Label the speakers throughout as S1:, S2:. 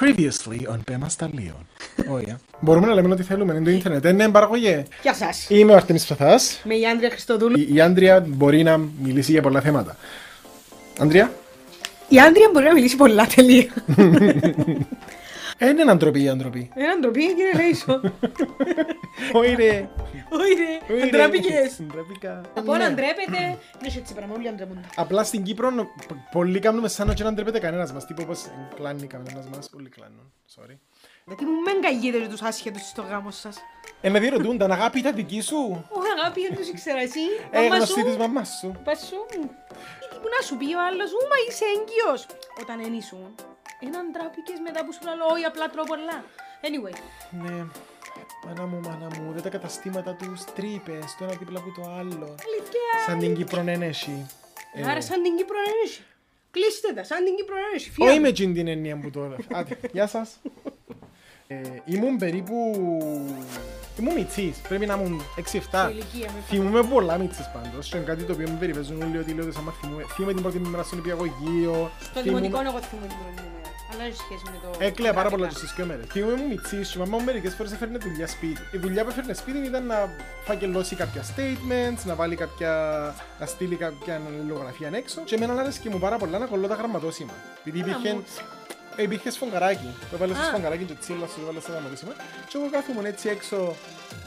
S1: Previously on Πέμα Σταλίων. Ωραία. Μπορούμε να λέμε ό,τι θέλουμε. Είναι το Ιντερνετ. Ε, Ναι, παραγωγέ.
S2: Γεια σας.
S1: Είμαι ο Αρτέμις Ψαθάς.
S2: Είμαι η Άντρια Χριστοδούλου.
S1: Η, η Άντρια μπορεί να μιλήσει για πολλά θέματα. Άντρια,
S2: Η Άντρια μπορεί να μιλήσει πολλά τελεία.
S1: ε, είναι αντροπή η αντροπή.
S2: Ένα Ε, ντροπή, κύριε Λέισο.
S1: Όχι ρε.
S2: Όχι, ρε. Αντράπηκε.
S1: Αντραπήκα.
S2: Από
S1: Ναι.
S2: να ντρέπετε. Ναι, σε έτσι πράγμα, όλοι αντρέπονται.
S1: Απλά στην Κύπρο πο- πολλοί κάνουμε σαν να και να ντρέπεται κανένας μας. Τύπο όπως ε, κλάνει κανένας μας. Όλοι κλάνουν. Sorry.
S2: Γιατί μου μεν καγείτε τους άσχετους στο γάμος σας.
S1: Ε, με διερωτούνταν, αγάπη τα δική σου.
S2: Ω, αγάπη, δεν τους ήξερα εσύ.
S1: Ε,
S2: Μαμά
S1: γνωστή
S2: σου.
S1: της μαμάς σου.
S2: Πασού μου. Ή τι που να σου πει ο άλλος, ου, μα είσαι έγκυος. Όταν εν ήσουν. Έναν τράπηκες μετά που σου λέω, όχι απλά τρώω πολλά. Anyway,
S1: Ναι. Μάνα μου, μάνα μου, δεν τα καταστήματα τους, τρύπες, το ένα δίπλα από το άλλο.
S2: αλήθεια.
S1: Σαν την Κύπρο ναι, ναι, εσύ. Ε,
S2: Άρα σαν την Κύπρο να είναι. Κλείστε τα, σαν την Κύπρο να είναι.
S1: Όχι
S2: Φύγαμε.
S1: με τζιν την έννοια μου τώρα. Άντε, γεια σας. Ε, ήμουν περίπου... Ήμουν μητσής, πρέπει να ήμουν 6-7.
S2: Σε ηλικία, με
S1: Θυμούμαι πολλά μητσής πάντως. Και είναι κάτι το οποίο με περιπέζουν όλοι ότι λέω ότι άμα θυμούμαι. Θυμούμαι την πρώτη μου μέρα στον υπηαγωγείο.
S2: Στο δημοτικό εγώ θυμούμαι την πρώτη μέρα. Αλλά έχει σχέση με το.
S1: Έκλαια Ε, πάρα πολλά
S2: γραφικά.
S1: στις δύο μέρες. Θυμούμαι μου μητσής, η μαμά μου μερικές φορές έφερνε δουλειά σπίτι. Η δουλειά που έφερνε σπίτι ήταν να φακελώσει κάποια statements, να βάλει κάποια... να στείλει κάποια λογογραφία έξω. Και εμένα άρεσε και μου πάρα πολλά να κολλώ τα γραμματόσημα. Επειδή
S2: Άρα
S1: υπήρχε...
S2: μου.
S1: Ε, Υπήρχες σφογγαράκι. Το βάλες στο
S2: Α.
S1: σφογγαράκι και τσίλας σου, το βάλες στα γραμματόσημα. Και εγώ κάθομαι έτσι έξω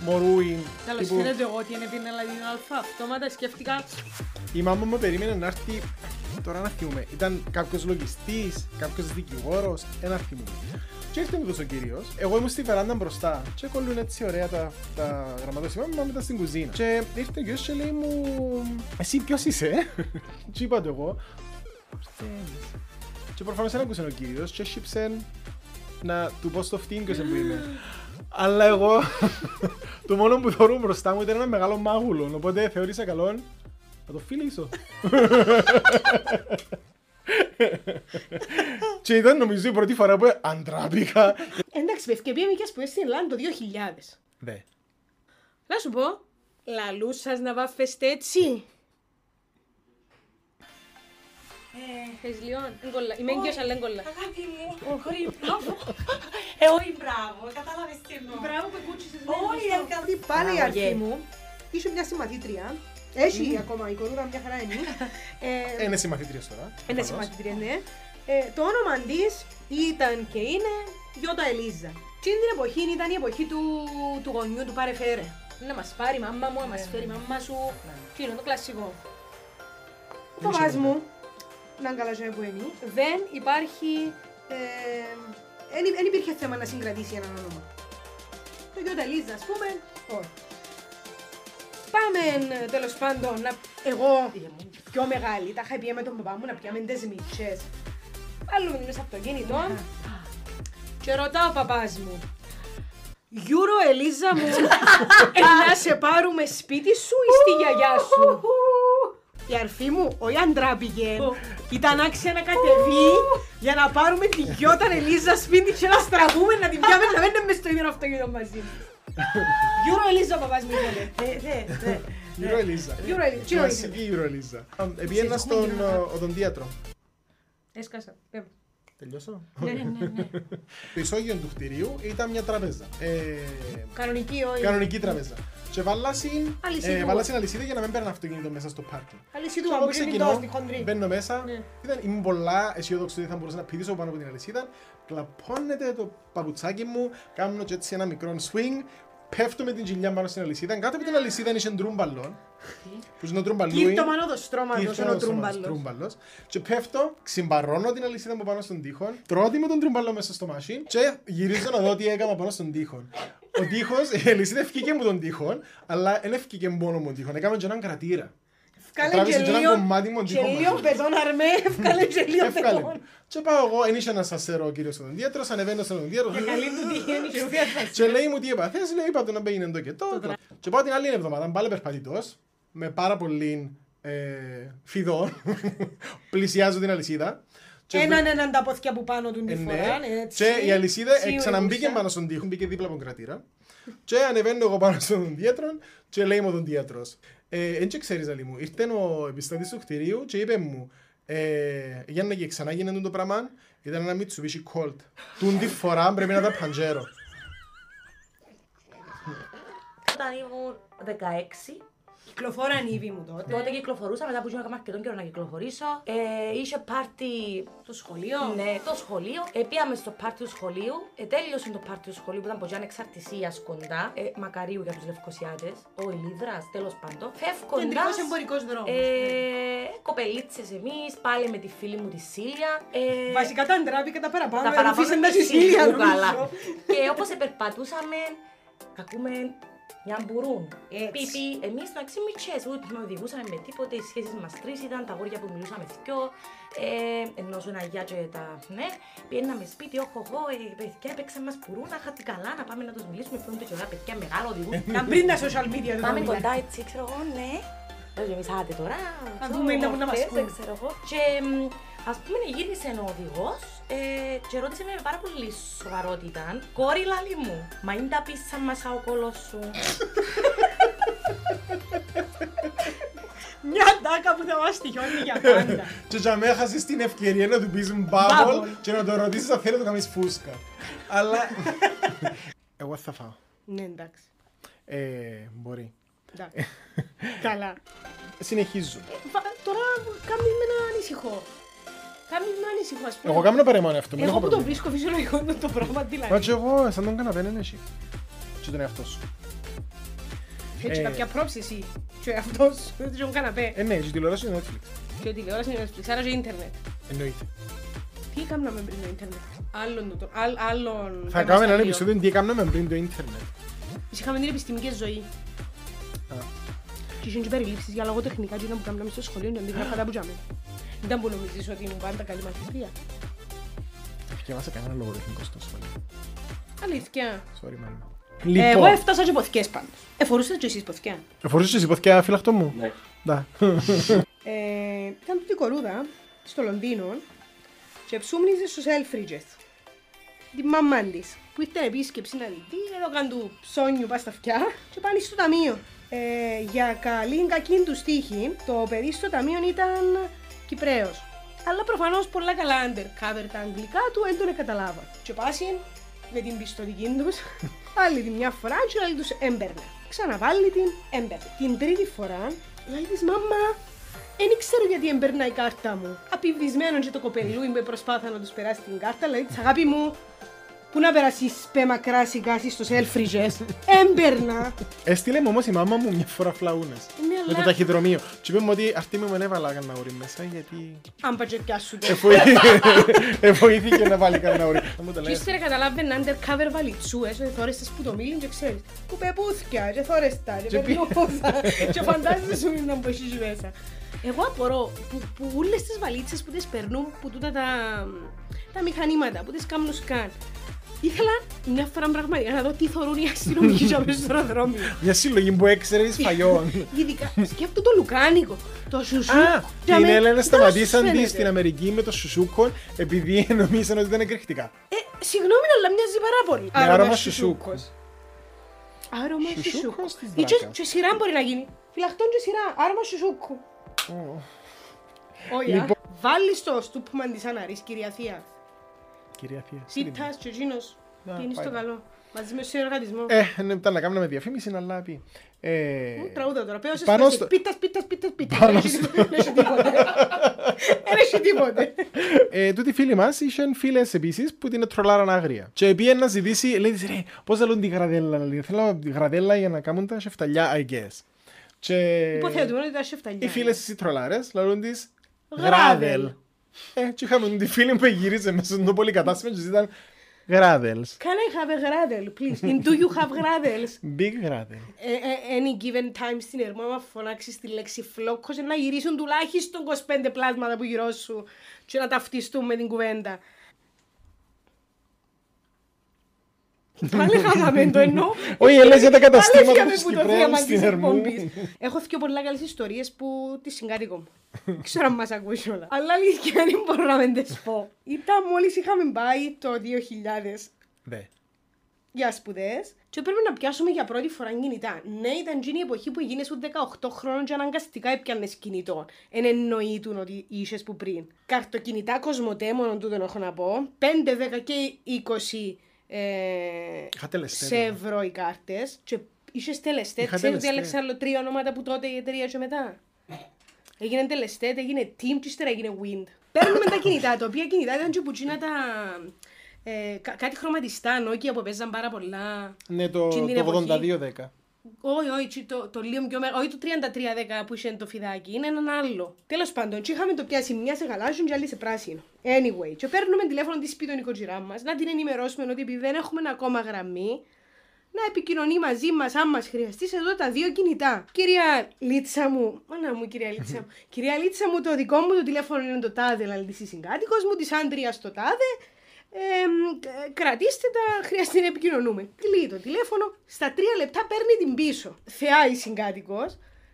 S1: μωρούι.
S2: Τέλος,
S1: τύπου-
S2: φαίνεται εγώ ότι είναι την Ελλαδίνα Αλφα. Αυτόματα σκέφτηκα.
S1: Η μάμα μου περίμενε να έρθει. Τώρα να θυμούμε. Ήταν κάποιος λογιστής, κάποιος δικηγόρος. Ένα θυμούμε. Και ήρθε μου ο κύριος. Εγώ ήμουν στη βεράντα μπροστά. Και κολλούν έτσι ωραία τα, τα γραμματόσημα μου μετά στην κουζίνα. Και ήρθε ο κύριο και λέει μου. Εσύ ποιος είσαι, ε?» Τι είπα του εγώ. «Ήρθε ένας». Και προφανώς δεν ακούσε ο κύριος. Και σύψε να του πω στο φτύν ποιος είναι που είμαι. Αλλά εγώ το μόνο που θεωρούν μπροστά μου ήταν ένα μεγάλο μάγουλο. Οπότε θεώρησα καλό να το φιλήσω. και ήταν νομίζω η πρώτη φορά που ε, αντράπηκα.
S2: Εντάξει, με ευκαιρία μήκε που στην Ελλάδα το 2000.
S1: Δε.
S2: Ναι. Να σου πω, λαλού σα να βάφεστε έτσι. Θες λιόν, εγκολα- είμαι έγκυος αλλά εγκολα.
S3: Αγάπη μου, όχι μπράβο. Ε, όχι μπράβο, κατάλαβες τι εννοώ.
S2: Μπράβο που κούτσισες
S3: Όχι,
S2: Όχι,
S3: αγάπη.
S2: αυτή πάλι η αρχή μου. Είσαι μια συμμαθήτρια. Έχει ακόμα η κορούρα μια χαρά είναι. Ε,
S1: Είναι συμμαθήτρια τώρα.
S2: Είναι
S1: προφανώς.
S2: συμμαθήτρια, ναι. Ε, το όνομα της ήταν και είναι Γιώτα Ελίζα. Τι την εποχή ήταν η εποχή του, του γονιού του πάρε φέρε. Ναι. Να μας πάρει η μαμά μου, να μας φέρει η μαμά σου. Τι είναι το κλασικό. Ο
S1: Δεν
S2: παπά
S1: ξέρω.
S2: μου, να αγκαλαζόει που είναι, δεν υπάρχει. ε, εν, εν υπήρχε θέμα να συγκρατήσει έναν όνομα. Το Γιώτα Ελίζα, ας πούμε, όχι. Πάμε τέλος πάντων να. Εγώ πιο μεγάλη, τα είχα πει με τον παπά μου να πιάμε τις Ναι. μίτσες. Βάλουμε την μέσα στο αυτοκίνητο και ρωτά ο παπάς μου. Γιούρο Ελίζα μου, ε, να σε πάρουμε σπίτι σου ή στη γιαγιά σου. Η αρφή μου, όχι αν τράπηκε, ήταν άξια να κατεβεί για να πάρουμε τη γιώτα Ελίζα σπίτι και να στραβούμε να την πιάμε να μένουμε μες στο ίδιο αυτοκίνητο μαζί. Γιούρο Ελίζα ο παπάς μου ήθελε.
S3: Δε, δε, δε.
S1: Η Ροελίζα.
S2: Γιούρο Ελίζα. Τι νοήθηκε.
S1: Κλασική Ροελίζα. Επίαινα στον ε, οδοντίατρο.
S2: Έσκασα. πέμπω.
S1: Τελειώσω.
S2: Ναι, ναι, ναι.
S1: Το ισόγειο του κτηρίου ήταν μια τραπέζα. Ε,
S2: Κανονική όχι.
S1: Κανονική τραπέζα. Και βάλασαν
S2: Αλυσίδα.
S1: αλυσίδα για να μην παίρνει αυτοκίνητο μέσα στο πάρκινγκ.
S2: Αλυσί του
S1: Και εγώ
S2: μπαμπού είναι
S1: ξεκινώ,
S2: τόστη χοντρή.
S1: μπαίνω μέσα,
S2: Ναι.
S1: ήταν, ήμουν πολλά αισιόδοξη ότι θα μπορούσα να πηδήσω πάνω από την αλυσίδα, κλαπώνεται το παπουτσάκι μου, κάνω και έτσι ένα μικρό swing, πέφτω με την κοιλιά πάνω στην αλυσίδα, κάτω από την αλυσίδα είχε ντρούμπαλον, που είναι ο ντρούμπαλούι,
S2: Κύρτο μανόδο στρώματος,
S1: κύρτο
S2: είναι ο
S1: στρώματος,
S2: τρούμπαλος.
S1: τρούμπαλος. και πέφτω, ξυμπαρώνω την αλυσίδα μου πάνω στον τοίχο, τρώω με τον τρούμπαλο μέσα στο μάσιν και γυρίζω να δω τι έκανα πάνω στον τοίχο. Ο τοίχος, η αλυσίδα ευκήκε μου τον τοίχο, αλλά δεν ευκήκε μόνο μου τον τοίχο, έκαμε και έναν κρατήρα.
S2: Βγάλε
S1: Τράβηξε και ένα
S2: γελίο,
S1: κομμάτι μου αντίχω
S2: γελίο
S1: μαζί.
S2: πετών αρμέ, βγάλε γελίο
S1: Εύκολα.
S2: πετών.
S1: Και πάω εγώ, εν είσαι ένας ασερό κύριος οδοντίατρος, ανεβαίνω στον οδοντίατρο.
S2: Καλή του τύχη, είναι και ουδέα θα
S1: Και λέει μου τι έπαθες, λέει είπα του να μπαίνει εδώ και τότε. Και πάω την άλλη εβδομάδα, πάλι περπατητός, με πάρα πολύ ε, φιδό, πλησιάζω την αλυσίδα. Και
S2: Έναν έναν τα πόθηκια που πάνω του
S1: ε,
S2: τη
S1: ναι.
S2: φοράν, έτσι.
S1: Και η αλυσίδα ε,
S2: Σιουρούσα.
S1: ξαναμπήκε πάνω στον τοίχο, μπήκε δίπλα από τον κρατήρα. Και ανεβαίνω εγώ πάνω στον οδοντίατρο και λέει μου ο οδοντίατρος. «Ε, Εν και ξέρεις, Αλή μου, ήρθε ο επιστάτης του κτηρίου και είπε μου Ε, Γιάννα και ξανά γίνεται το πράγμα, ήταν ένα Mitsubishi Colt. Τούν τη φορά πρέπει να τα παντζέρο.
S4: Όταν ήμουν 16,
S2: Κυκλοφόραν ήδη μου τότε.
S4: τότε κυκλοφορούσα, μετά που είχα αρκετό καιρό να κυκλοφορήσω. Ε, είχε πάρτι
S2: Το σχολείο.
S4: Ναι, το σχολείο. Ε, πήγαμε στο πάρτι του σχολείου. Ε, τέλειωσε το πάρτι του σχολείου που ήταν ποτέ ανεξαρτησίας κοντά. Ε, μακαρίου για τους Λευκοσιάτες. Ο Ηλίδρας, τέλος πάντων. Φεύγοντας.
S2: Κεντρικός εμπορικός ναι. δρόμος.
S4: Ε, κοπελίτσες εμείς, πάλι με τη φίλη μου τη Σίλια. Ε,
S2: ναι. Βασικά τα ντράπηκα τα παραπάνω.
S4: τα
S2: Τα
S4: παραπάνω
S2: παραπάνω
S4: της
S2: Σicilία,
S4: Σίλιου,
S2: νομίζω.
S4: καλά. και όπως επερπατούσαμε, ακούμε μια μπουρούν.
S2: Έτσι.
S4: Πίπι, εμείς να ξυμιτσές, ούτε με οδηγούσαμε με τίποτε, οι σχέσεις μας τρεις ήταν, τα αγόρια που μιλούσαμε δυο, ε, ενώ σου ένα γιά και τα ναι, πήγαιναμε σπίτι, όχο εγώ, ε, παιδιά έπαιξαν μας μπουρούν, αχα τι καλά, να πάμε να τους μιλήσουμε, φέρουν το κιόλα, παιδιά μεγάλο οδηγούν. Ε,
S2: Ήταν πριν τα social media.
S4: Πάμε
S2: δεδομένα.
S4: κοντά έτσι, ξέρω εγώ, ναι. Λέω και εμείς, «Άντε τώρα.
S2: Να
S4: ξέρω,
S2: δούμε, είναι που να μας
S4: μορφές,
S2: πούν».
S4: δεν ξέρω εγώ. Και μ, ας πούμε γύρισε ο οδηγός ε, και ρώτησε με με πάρα πολύ σοβαρότητα. Κόρη λαλή μου, μα είναι τα πίσα μας ο κόλος σου.
S2: Μια τάκα που θα μας τυχιώνει για πάντα.
S1: Και για μένα έχασες την ευκαιρία να του πεις
S2: Bubble.
S1: μπάμπολ και να το ρωτήσεις αν θέλει να το κάνεις φούσκα. Αλλά... Εγώ θα φάω.
S2: Ναι, εντάξει.
S1: Ε, μπορεί.
S2: Εντάξει. Καλά.
S1: Συνεχίζω.
S2: Βα- Τώρα κάνει με να ανησυχώ. Κάνει με να ανησυχώ, ας πούμε.
S1: Εγώ κάνω παρεμόνιο αυτό, μην
S2: Εγώ
S1: έχω
S2: που το
S1: πρόβλημα.
S2: βρίσκω φυσιολογικό είναι το πράγμα,
S1: Μα
S2: δηλαδή.
S1: και εγώ, σαν τον καναπέ είναι εσύ. Και τον εαυτό σου.
S2: Έτσι,
S1: Ε.
S2: κάποια πρόψη εσύ. Και ο εαυτός σου, και ο καναπέ.
S1: Ε, ναι, και τηλεόραση είναι Netflix.
S2: Και ο τηλεόραση είναι Netflix, άρα και ίντερνετ.
S1: Εννοείται.
S2: Τι έκανα με πριν το ίντερνετ. Άλλον το... άλλ- Άλλον...
S1: Θα κάνουμε ένα
S2: εργαστήριο.
S1: επεισόδιο τι έκαναμε πριν το ίντερνετ.
S2: Εμείς Είχαμε την επιστημική ζωή.
S1: Α.
S2: Και είχαν και περιλήψεις για λογοτεχνικά και ήταν που κάναμε στο σχολείο και αντίγραφα τα που τζάμε. Δεν ήταν που νομίζεις ότι ήμουν πάντα καλή μαθήτρια.
S1: Διαβάσα κανένα λογοτεχνικό στο σχολείο.
S2: Αλήθεια.
S1: Sorry, μάλλον.
S2: Ε, Εγώ
S1: Λοιπόν,
S2: έφτασα και ποθηκές πάντως. Εφορούσατε και εσείς ποθηκιά.
S1: φορούσες εσύ ποθηκιά φύλαχτο μου.
S5: Ναι.
S1: Ναι.
S2: Ε, ήταν τούτη κορούδα στο Λονδίνο και ψούμνιζε στους Έλφριτζες. Τη μαμά της, που ήταν επίσκεψη να δει τι έδωκαν του ψώνιου πας στα αυτιά και πάνε στο ταμείο. Ε, για καλήν κακήν του τύχη, το παιδί στο ταμείο ήταν Κυπρέος. Αλλά προφανώς πολλά καλά undercover τα αγγλικά του δεν τον καταλάβα. Και πάσιν με την πιστοτική τους, άλλη τη μια φορά και άλλη τους έμπαιρνε. Ξαναβάλει την έμπαιρνε. Την τρίτη φορά, λέει της μαμά, δεν ξέρω γιατί εμπερνά η κάρτα μου. Απιβδισμένο και το κοπελούι που προσπάθα να τους περάσει την κάρτα, λέει της αγάπη μου. Πού να περάσει πέ μακρά σιγά στο Selfridges. Έμπερνα.
S1: Έστειλε μου όμως η μάμα μου μια φορά φλαούνες.
S2: Ναι,
S1: Με το
S2: αλλά-
S1: ταχυδρομείο. Και είπε μου ότι αυτή μου με έβαλα καναούρι μέσα γιατί...
S2: Αν πατζεκιά σου
S1: Ε,
S2: το.
S1: Εφοή- Εφοήθηκε να βάλει καναούρι. Θα μου το
S2: Και
S1: λέει.
S2: ύστερα καταλάβαινε undercover βαλιτσούες, ότι θόρεστες που το μίλουν και ξέρεις κουπεπούθκια και θόρεστα και
S1: Και πι-
S2: περνούσα και φαντάζεσαι σου είναι να μπω εσείς μέσα. Εγώ απορώ που, που όλες τις βαλίτσες που τις περνούν που τούτα τα, τα μηχανήματα που τις κάνουν σκάν. Ήθελα μια φορά πραγματικά να δω τι θωρούν οι αστυνομικοί για μέσα στο αεροδρόμιο.
S1: Μια συλλογή που έξερε φαγιών.
S2: Ειδικά σκέφτομαι το λουκάνικο, το σουσού.
S1: Α,
S2: για
S1: την
S2: μέ-
S1: Έλενα
S2: πώς
S1: σταματήσαν τη
S2: φαίνεται.
S1: στην Αμερική με το σουσούκον επειδή νομίζαν ότι ήταν εκρηκτικά.
S2: Ε, συγγνώμη, αλλά μοιάζει πάρα πολύ.
S1: Με άρωμα σουσούκο.
S2: Άρωμα
S1: Σουσούκος
S2: σουσούκος.
S1: στις
S2: Ή και-
S1: δράκας.
S2: και σειρά μπορεί να γίνει. Φυλαχτών και σειρά. Άρωμα σουσούκο. Όχι, α.
S1: Λοιπόν-
S2: Βάλεις το στούπμαν της Αναρής, κυρία Θεία.
S1: Κυρία Θεία.
S2: Σίτας και εκείνος.
S1: Να,
S2: Τι είναι στο
S1: πάει.
S2: καλό. Μαζί με συνεργατισμό.
S1: Ε, ναι, ήταν να κάνουμε διαφήμιση, αλλά πει. Ε,
S2: Μου Τραγούδα τώρα. Πέωσες
S1: πάνω
S2: πέωσες.
S1: στο-
S2: Πίτας, πίτας, πίτας, πίτας.
S1: Πάνω
S2: Δεν έχει-
S1: στο-
S2: δεν έχει τίποτε. Δεν έχει τίποτε.
S1: ε, τούτη φίλη μα είχαν φίλες επίσης που την τρολάραν άγρια. Και πήγε να ζητήσει, λέει της, ρε, πώς θα λούν τη γραδέλα. Λέει, θέλω τη γραδέλα για να κάνουν τα σεφταλιά, I guess. Και
S2: Υποθέτουμε ότι τα σεφταλιά.
S1: οι φίλες της τρολάρες λαλούν της
S2: Γράδελ.
S1: γράδελ. Ε, και είχαμε τη φίλη που γύριζε μέσα στο πολυκατάστημα και ήταν γράδελ.
S2: Can I have a gradel, please? And do you have gradels?
S1: Big γράδελ.
S2: Ε, ε, any given time στην Ερμό, άμα φωνάξεις τη λέξη φλόκος, να γυρίσουν τουλάχιστον 25 πλάσματα που γύρω σου και να ταυτιστούν με την κουβέντα. Πάλι χάγαμε το εννοώ.
S1: Όχι, λες για τα
S2: Πάλι
S1: καταστήματα
S2: χάγαμε
S1: της
S2: που το θέμα
S1: Κυπρέου
S2: της
S1: στην Ερμού.
S2: εκπομπής. Έχω δύο πολλά καλές ιστορίες που τη συγκάτοικο μου. Δεν Ξέρω αν μας ακούσει όλα. Αλλά αλήθεια δεν μπορώ να μην τις πω. Ήταν μόλις είχαμε πάει το 2000
S1: Ναι.
S2: για σπουδές και πρέπει να πιάσουμε για πρώτη φορά κινητά. Ναι, ήταν εκείνη η εποχή που γίνεσαι σου 18 χρόνων και αναγκαστικά έπιανες κινητό. Εν εννοείτουν ότι είσαι που πριν. Καρτοκινητά κοσμοτέ, μόνο τούτον έχω να πω. 5, 10 και 20 ε,
S1: Είχα τελεστέ,
S2: σε
S1: ναι.
S2: ευρώ οι κάρτε. Και είσαι τελεστέ.
S1: Είχα
S2: Ξέρετε ότι
S1: τελεστέ.
S2: άλλαξαν άλλο τρία ονόματα που τότε η εταιρεία και μετά. Έγινε τελεστέ, έγινε team και ύστερα έγινε wind. Παίρνουμε τα κινητά, τα οποία κινητά ήταν και που τσίνα τα... ε, κα- κάτι χρωματιστά, νόκια που παίζαν πάρα πολλά.
S1: Ναι, το,
S2: Εκείνη την
S1: το
S2: εποχή.
S1: 82-10.
S2: Όχι, όχι, τσι- το, το λίγο πιο μεγάλο, όχι το 3310 που είχε το φιδάκι, είναι έναν άλλο. Τέλος πάντων, τσι είχαμε το πιάσει μια σε γαλάζιον και άλλη σε πράσινο. Anyway, και παίρνουμε τηλέφωνο τη σπίτι των οικογενειών μας, να την ενημερώσουμε ότι επειδή δεν έχουμε ακόμα γραμμή, να επικοινωνεί μαζί μας, αν μας χρειαστεί, εδώ τα δύο κινητά. Κυρία Λίτσα μου, μάνα μου, κυρία Λίτσα μου. κυρία Λίτσα μου, το δικό μου το τηλέφωνο είναι το τάδε, δηλαδή τη συγκάτοικος μου, της άντριας το τάδε. Εμ, ε, κρατήστε τα, χρειάζεται να επικοινωνούμε. Κλείει το τηλέφωνο, στα τρία λεπτά παίρνει την πίσω. Θεά η συγκάτοικο,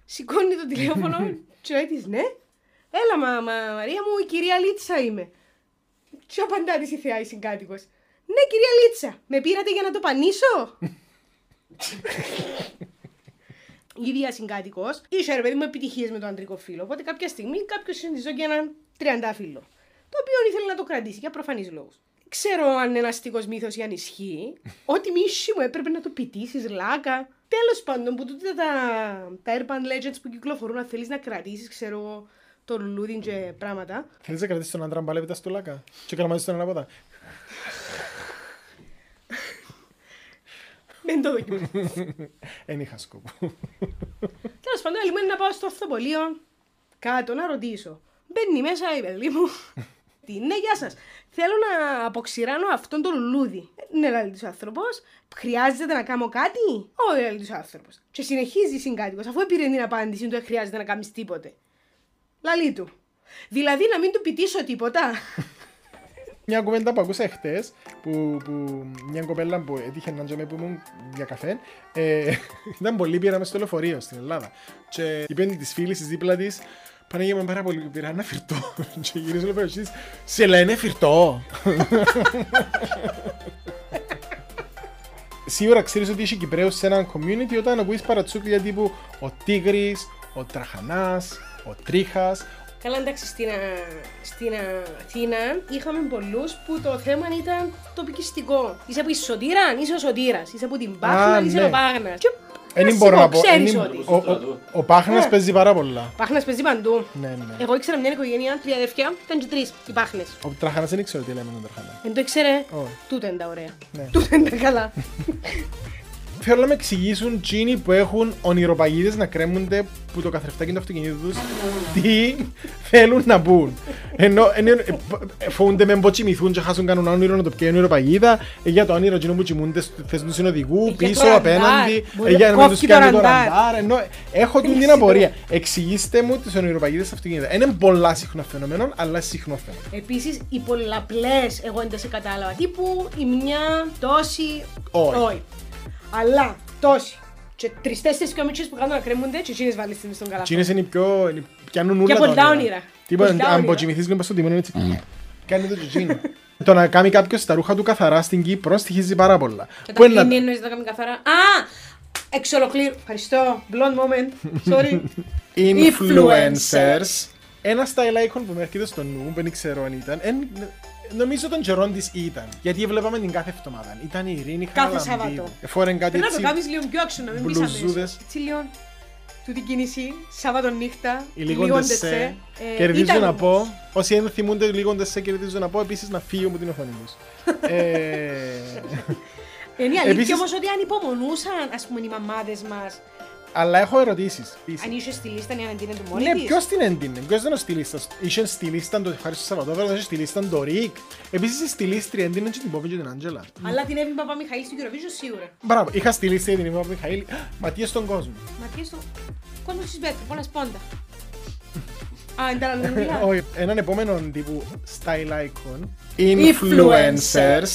S2: σηκώνει το τηλέφωνο, τσοέ τη, ναι. Έλα, μα, μα, Μαρία μου, η κυρία Λίτσα είμαι. Τι απαντά τη η θεά η συγκάτοικος. Ναι, κυρία Λίτσα, με πήρατε για να το πανίσω. η ίδια συγκάτοικος είχε ρε παιδί μου επιτυχίες με το αντρικό φίλο. Οπότε κάποια στιγμή κάποιος συνειδητό και έναν τριαντάφυλλο. Το οποίο ήθελε να το κρατήσει για προφανείς λόγους. Ξέρω αν ένας αστικός μύθος ή αν ισχύει, ότι μίση μου έπρεπε να το πητήσεις λάκα. Τέλος πάντων, που τούτα τα, τα urban legends που κυκλοφορούν, αν θέλεις να κρατήσεις, ξέρω εγώ, το λουλούδι και πράγματα.
S1: Θέλεις να κρατήσεις τον άντρα μπαλέπιτα στο λάκα και καλαμάζεις τον ανάποδα.
S2: Δεν το δοκιμάζω.
S1: Εν είχα σκοπό.
S2: Τέλος πάντων, ελπίζω να πάω στο αυτοπολείο κάτω να ρωτήσω. Μπαίνει μέσα η παιδί μου. Τι, ναι, γεια σας. Θέλω να αποξηράνω αυτόν τον λουλούδι. «Ε, Ναι, λέει του άνθρωπος. Χρειάζεται να κάνω κάτι. Όχι, λέει του άνθρωπος. Και συνεχίζει η συγκάτοικος, αφού πήρε την απάντηση του, δεν χρειάζεται να κάνεις τίποτε. Λαλή του. Δηλαδή να μην του πητήσω τίποτα.
S1: Μια κουβέντα που ακούσα χτες, που, που μια κοπέλα που έτυχε να τζαμε που ήμουν για καφέ, ε, ήταν πολύ πείρα μες στο λεωφορείο στην Ελλάδα. Και η πέντη της φίλης της δίπλα της, Παναγία μου, πάρα πολύ πειρά ένα φυρτό. Και γυρίζω λίγο εσείς, σε λένε φυρτό. Σίγουρα ξέρεις ότι είσαι Κυπρέος σε έναν community όταν ακούεις παρατσούκλια τύπου ο Τίγρης, ο Τραχανάς, ο Τρίχας,
S2: Καλά, εντάξει, στην, α- στην α- Αθήνα είχαμε πολλούς που το θέμα ήταν τοπικιστικό. Είσαι από τη Σωτήρα, είσαι ο Σωτήρας. Είσαι από την Πάχνα,
S1: Α,
S2: είσαι
S1: ναι.
S2: ο Πάχνας. Και
S1: Δεν μπορώ να πω.
S2: Ξέρεις
S1: εν-
S2: Ε, ότι.
S1: ο- ο- Ο Πάχνας
S2: Ναι.
S1: παίζει πάρα πολλά.
S2: Πάχνας παίζει παντού.
S1: Ναι, ναι.
S2: Εγώ ήξερα μια οικογένεια, τρία αδερφιά, ήταν και τρεις οι Πάχνες.
S1: Ο Τραχανάς δεν ήξερε τι λέμε τον Τραχανά.
S2: Δεν το ήξερε.
S1: Όχι.
S2: Τούτα είναι τα ωραία.
S1: Ναι.
S2: Τούτα είναι τα καλά.
S1: Θέλω να με εξηγήσουν τσίνοι που έχουν ονειροπαγίδες να κρέμονται που το καθρεφτάκι του αυτοκινήτου τους τι θέλουν να πούν. Ενώ ενώ, ε, ε, φοβούνται με μπο τσιμηθούν και χάσουν κανένα όνειρο να το πιάνουν ονειροπαγίδα ε, για το όνειρο τσίνο που τσιμούνται στη θέση του συνοδηγού,
S2: το
S1: πίσω,
S2: ραντάρ.
S1: απέναντι,
S2: Μπορεί
S1: ε, για
S2: να
S1: να μην τους
S2: κόφει το
S1: κάνει το
S2: ραντάρ.
S1: ραντάρ. Ενώ ε, έχω την την απορία. Εξηγήστε μου τις ονειροπαγίδες αυτοκινήτων. Είναι πολλά συχνό φαινόμενο, αλλά συχνό φαινόμενο.
S2: Επίσης, οι πολλαπλές, εγώ δεν τα σε κατάλαβα. Τύπου η μια, τόση.
S1: Όχι.
S2: Αλλά τόση. Και τρει-τέσσερι κομίτσες που κάνουν να κρέμονται, και εκείνε βάλεις στην στον καλά.
S1: Τσίνες είναι οι πιο... είναι- Πιάνουν
S2: Και
S1: ούλα
S2: πολλά όνειρα.
S1: Τίποτα,
S2: Πολλά
S1: αν
S2: όνειρα.
S1: ποτσιμηθείς λίγο στον τιμόνι έτσι. Κάνει το τσιτσίνο. Το να κάνει κάποιος τα ρούχα του καθαρά στην Κύπρο στοιχίζει πάρα πολλά.
S2: Και
S1: Πού
S2: τα
S1: είναι να-
S2: κλείνει εννοείς να τα κάνει καθαρά. Α! Εξ ολοκλήρου. Ευχαριστώ. Blond moment. Sorry.
S1: Influencers. Ένα style icon που με έρχεται στο νου, δεν ξέρω αν ήταν. εν- Νομίζω τον καιρόν της ήταν. Γιατί βλέπαμε την κάθε εβδομάδα. Ήταν η Ειρήνη
S2: Κάθε
S1: Χαλαμπίδου.
S2: Σάββατο.
S1: Εφόρεν κάτι
S2: Πρέπει να το
S1: έτσι.
S2: κάνεις λίγο πιο άξιο, να μην πεις αμέσως.
S1: μπλουζούδες.
S2: Έτσι λίγο. Τούτη κίνηση, Σάββατο νύχτα,
S1: Οι λίγοντες
S2: λίγοντες
S1: σε.
S2: Ε,
S1: Κερδίζουν
S2: ήταν
S1: να
S2: όμως.
S1: πω. Όσοι δεν θυμούνται λίγοντες σε, κερδίζουν να πω. Επίσης να φύγουν από την οθόνη τους.
S2: Ε, Είναι η αλήθεια
S1: Επίσης-
S2: όμως ότι ανυπομονούσαν, ας πούμε, οι μαμάδες μας.
S1: Αλλά έχω ερωτήσεις.
S2: Αν είσαι στη λίστα, ναι, αν την του μόνη
S1: Ναι,
S2: της.
S1: ποιος την έντυνε, ποιος ήταν ο στυλίστα. Είχε στυλίστα το Ευχάριστο Σαββατόβερο, είχε στυλίστα το Ρικ. Επίσης η στυλίστρια έντυνε και την Πόπη και την Άντζελα.
S2: Αλλά την Εύη Παπαμιχαήλ στην Eurovision σίγουρα.
S1: Μπράβο, είχα στυλίστη την Πόπη Μιχαήλ. Ματίε στον κόσμο.
S2: Ματιές στο κόσμο της Μπέτρου, πόνας σπόντα. Α, ήταν άλλο μιλάω.
S1: Όχι, έναν επόμενο τύπου style icon.
S2: Influencers.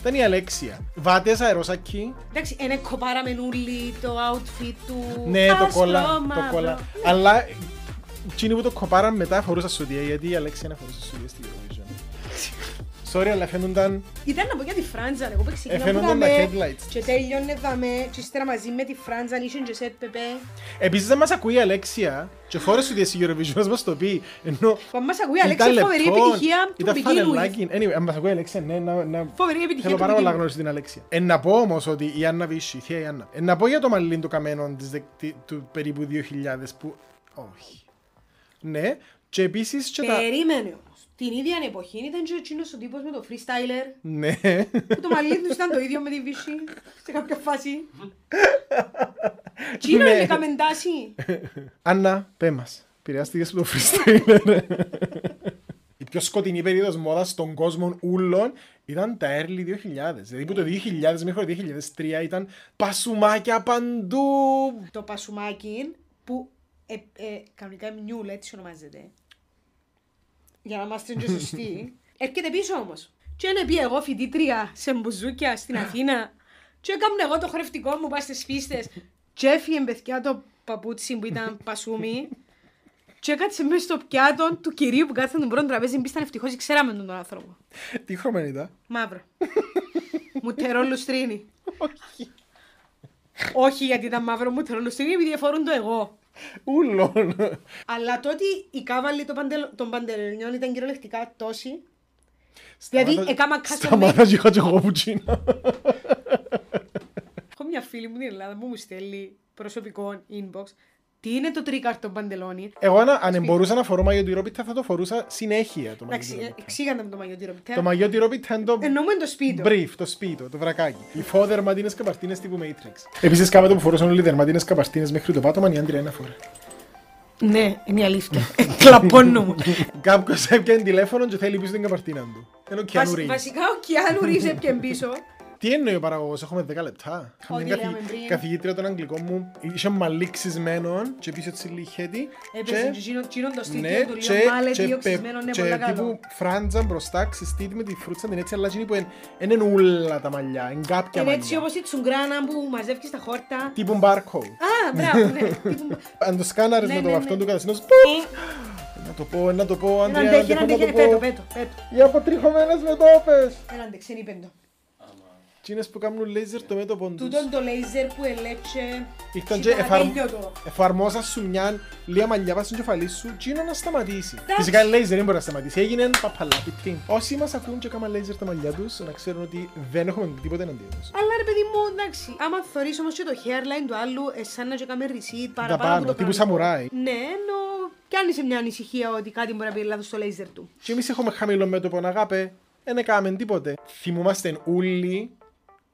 S1: Ήταν η Αλέξια. Βάτε αερόσακι.
S2: Εντάξει, ένα κοπάρα μενούλι, το outfit του.
S1: Ναι, το
S2: άσπρο,
S1: κόλλα. Το
S2: μαύρο.
S1: κόλλα. Αλλά εκείνοι που το κοπάραν μετά φορούσαν σουδία γιατί η Αλέξια να φορούσε σουδία στη Eurovision. Sorry, αλλά φαίνονταν,
S2: Ήταν να πω για τη Φράντζα, εγώ που ξεκινάω που
S1: Ε, φαίνονταν τα
S2: δαμε
S1: headlights.
S2: και τέλειωνε δαμε και ύστερα μαζί με τη Φράντζα, Λίσον και Σετ Πεπέ.
S1: Επίσης δεν μας ακούει η Αλέξια και φόρεσε ότι εσύ Eurovision μας μας το πει. Ενώ
S2: Που αν μας ακούει, Αλέξη,
S1: ήταν
S2: Ε, φοβερή
S1: λεπτόν,
S2: επιτυχία του
S1: Ήταν
S2: Μπικίνου.
S1: φανελάκι. Anyway, αν μας ακούει η Αλέξια, ναι, να, να
S2: Φοβερή επιτυχία
S1: Θέλω
S2: του
S1: πάρα πολλά να
S2: Μπικίνου.
S1: γνωρίσω την Αλέξια. Ε, να πω όμως ότι η Άννα Βύση, η θεία η Άννα. Ε, να πω για το μαλλίν του καμένων της δεκ- τη- του περίπου 2000 που. Όχι. Ναι, και επίσης και τα.
S2: Περίμενε όμως. Την ίδια εποχή ήταν και εκείνος ο τύπος με το freestyler
S1: Ναι.
S2: που το μαλλί του ήταν το ίδιο με τη Βύση σε κάποια φάση. Εκείνο
S1: Ναι.
S2: είναι καμεντάσει.
S1: Άννα, πέ μας. Επηρεάστηκες από το freestyler. Η πιο σκοτεινή περίοδος μόδας στον κόσμο ούλων ήταν τα early 2000. Δηλαδή που το 2000 μέχρι το 2003 ήταν πασουμάκια παντού.
S2: Το πασουμάκι που ε, ε, κανονικά μνιούλ έτσι ονομάζεται. Για να είμαστε και σωστοί. Έρχεται πίσω όμως. Και είναι πει εγώ φοιτήτρια σε μπουζούκια στην Αθήνα. Και έκανα εγώ το χρευτικό μου, πας στις φίστες. Και έφυγε παιδιά το παπούτσι που ήταν πασούμι. Και έκατσε μέσα στο πιάτο του κυρίου που κάθεται τον πρώτο τραπέζι. Μπήκαν ευτυχώς, ξέραμε τον, τον άνθρωπο.
S1: Τι χρωμένη ήταν.
S2: Μαύρο. Μουτερό λουστρίνι. Όχι γιατί ήταν μαύρο μουτερό λουστρίνι, επειδή εφορούν το εγώ.
S1: Ούλων.
S2: Αλλά το ότι η κάβαλη των, παντελ... των παντελονιών ήταν κυριολεκτικά τόση.
S1: Σταμάτα-
S2: έκαμα custom made.
S1: Σταμάτα και είχα και εγώ πουτσίνα.
S2: Έχω μια φίλη μου στην Ελλάδα που μου στέλνει προσωπικό inbox. Τι είναι το τρίκαρτο παντελόνι.
S1: Εγώ αν, αν μπορούσα να φορώ μαγιό τυρόπιτα θα το φορούσα συνέχεια το μαγιό
S2: Εντάξει, ε,
S1: τυρόπιτα.
S2: εξήγανε με το μαγιό
S1: Το μαγιό τυρόπιτα είναι το
S2: Εννοούμε το σπίτι.
S1: brief, το σπίτο, το βρακάκι. Οι φόδερ δερματίνες καπαρτίνες τύπου Matrix. Επίσης κάποτε που φορούσαν όλοι οι δερματίνες καπαρτίνες μέχρι το πάτωμα, η άντρια ένα φορά.
S2: Ναι, είναι η αλήθεια. Κλαπώνω.
S1: Κάποιος έπιανε τηλέφωνο και θέλει πίσω την καπαρτίνα του. Ενώ και αν
S2: Βασικά ο Κιάνου Ρίβ έπιαν πίσω.
S1: Τι εννοεί ο παραγωγός, έχουμε 10 λεπτά. Είχα
S2: Ό,τι
S1: μια
S2: λέμε πριν.
S1: καθηγήτρια των αγγλικών μου, είχε μαλλί ξυσμένο και πίσω έτσι λιχέτη.
S2: Έπαιζε
S1: και-
S2: τζινο- τζινο το στήθιο
S1: Ναι,
S2: του
S1: και-
S2: λίγο μάλε,
S1: και
S2: δύο
S1: πε-
S2: ξυσμένο, ναι,
S1: και
S2: πολλά καλό.
S1: τύπου φράντζα μπροστά, ξυστήτη με τη φρούτσα την έτσι, αλλά είναι που εν- εν είναι ούλα τα μαλλιά, είναι κάποια
S2: Είναι έτσι
S1: μαλλιά.
S2: όπως η τσουγκράνα που μαζεύεις τα χόρτα.
S1: Τύπου barcode.
S2: Α, μπράβο, ναι. τύπου-
S1: Αν το σκάναρες
S2: Ναι,
S1: με το
S2: ναι,
S1: αυτόν
S2: ναι.
S1: του κατασύνος, πού! Να το πω, Ε. να το πω,
S2: Ένα
S1: Αντρέα,
S2: αντέχει, ένα
S1: να
S2: αντέχει,
S1: το
S2: πέτω,
S1: πω.
S2: πέτω, πέτω.
S1: Οι αποτριχωμένες μετώπες.
S2: Ένα αντέχει, είναι πέντο.
S1: Τινές που κάνουν λέιζερ το μέτωπο τους.
S2: Τούτον το λέιζερ που ελέτσε...
S1: Ήρθαν και
S2: ήταν
S1: εφαρμ-
S2: ατέλειωτο.
S1: εφαρμόσαν σου μια λίγα μαλλιά πάνω στον κεφαλή σου και είναι να σταματήσει.
S2: Εντάξει.
S1: Φυσικά λέιζερ δεν μπορεί να σταματήσει. Έγινε παπαλά. πιπτίν. Όσοι μας ακούν και κάνουν λέιζερ τα μαλλιά τους, να ξέρουν ότι δεν έχουμε τίποτα εναντίον τους.
S2: Αλλά ρε παιδί μου, εντάξει, άμα θωρείς όμως και το hairline του άλλου, ε, σαν να και κάμε receipt παραπάνω
S1: Δαπάνω,
S2: από το
S1: τύπου
S2: κανονικό.
S1: σαμουράι.
S2: Ναι, ενώ κάνεις μια ανησυχία ότι κάτι μπορεί να πει λάθος στο λέιζερ του.
S1: Και εμείς έχουμε χαμηλό μέτωπο να αγάπη, δεν έκαμε τίποτε. Θυμούμαστε όλοι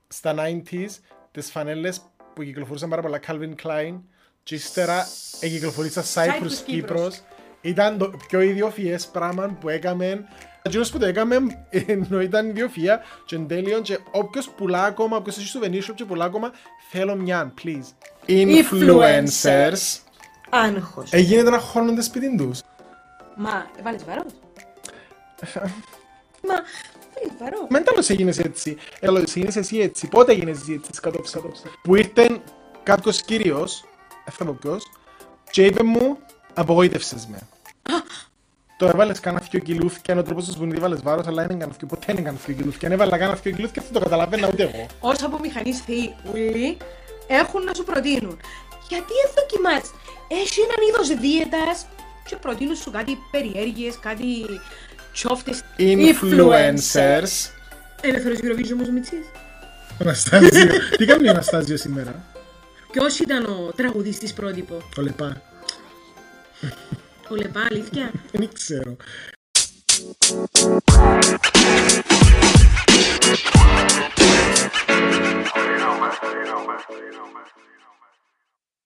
S1: στα 90s τις φανέλες που κυκλοφορούσαν πάρα πολλά Calvin Klein και ύστερα εγκυκλοφορήσαν Cyprus
S2: Cyprus,
S1: Κύπρος.
S2: Κύπρος.
S1: Ήταν το πιο ιδιοφιές πράγμα που έκαμε. Εκείνος που το έκαμε ενώ ήταν ιδιοφία και εν τέλειον και όποιος πουλά ακόμα, όποιος έχει souvenir shop και πουλά ακόμα, θέλω μιαν, please. Influencers.
S2: Influencers. Άγχος.
S1: Ε, γίνεται να χώνονται σπίτι τους.
S2: Μα, έβαλες βαρός. Μα, έβαλες βαρό.
S1: Μεν τέλος έγινες έτσι. Ε, Τέλος έγινες εσύ έτσι. Πότε έγινες εσύ έτσι σκατόψα κάτωψα. Που ήρθε κάποιος κύριος, ε, θα πω ποιος, και είπε μου απογοήτευσες με. Το έβαλες κανένα δυο κιλούθκια, ο τρόπος του βουνίδι βάλες βάρος, αλλά δεν έκανε δυο, ποτέ δεν έκανε δυο κιλούθκια. Αν έβαλα κανένα δυο κιλούθκια δεν το καταλαβαίνα ούτε εγώ.
S2: όσα από μηχανής θεοί ουλί έχουν να σου προτείνουν. Γιατί δεν δοκιμάς, έχεις έναν είδος δίαιτας και προτείνουν σου κάτι περιέργειες, κάτι τσόφτες. Ελεύθερος Ε, Eurovision όμως Μιτσής.
S1: Αναστάσιο. Τι κάνει η Αναστάσιο σήμερα.
S2: Ποιος ήταν ο τραγουδιστής πρότυπο,
S1: Το λεπά.
S2: ο Λεπά, αλήθεια.
S1: Δεν ξέρω.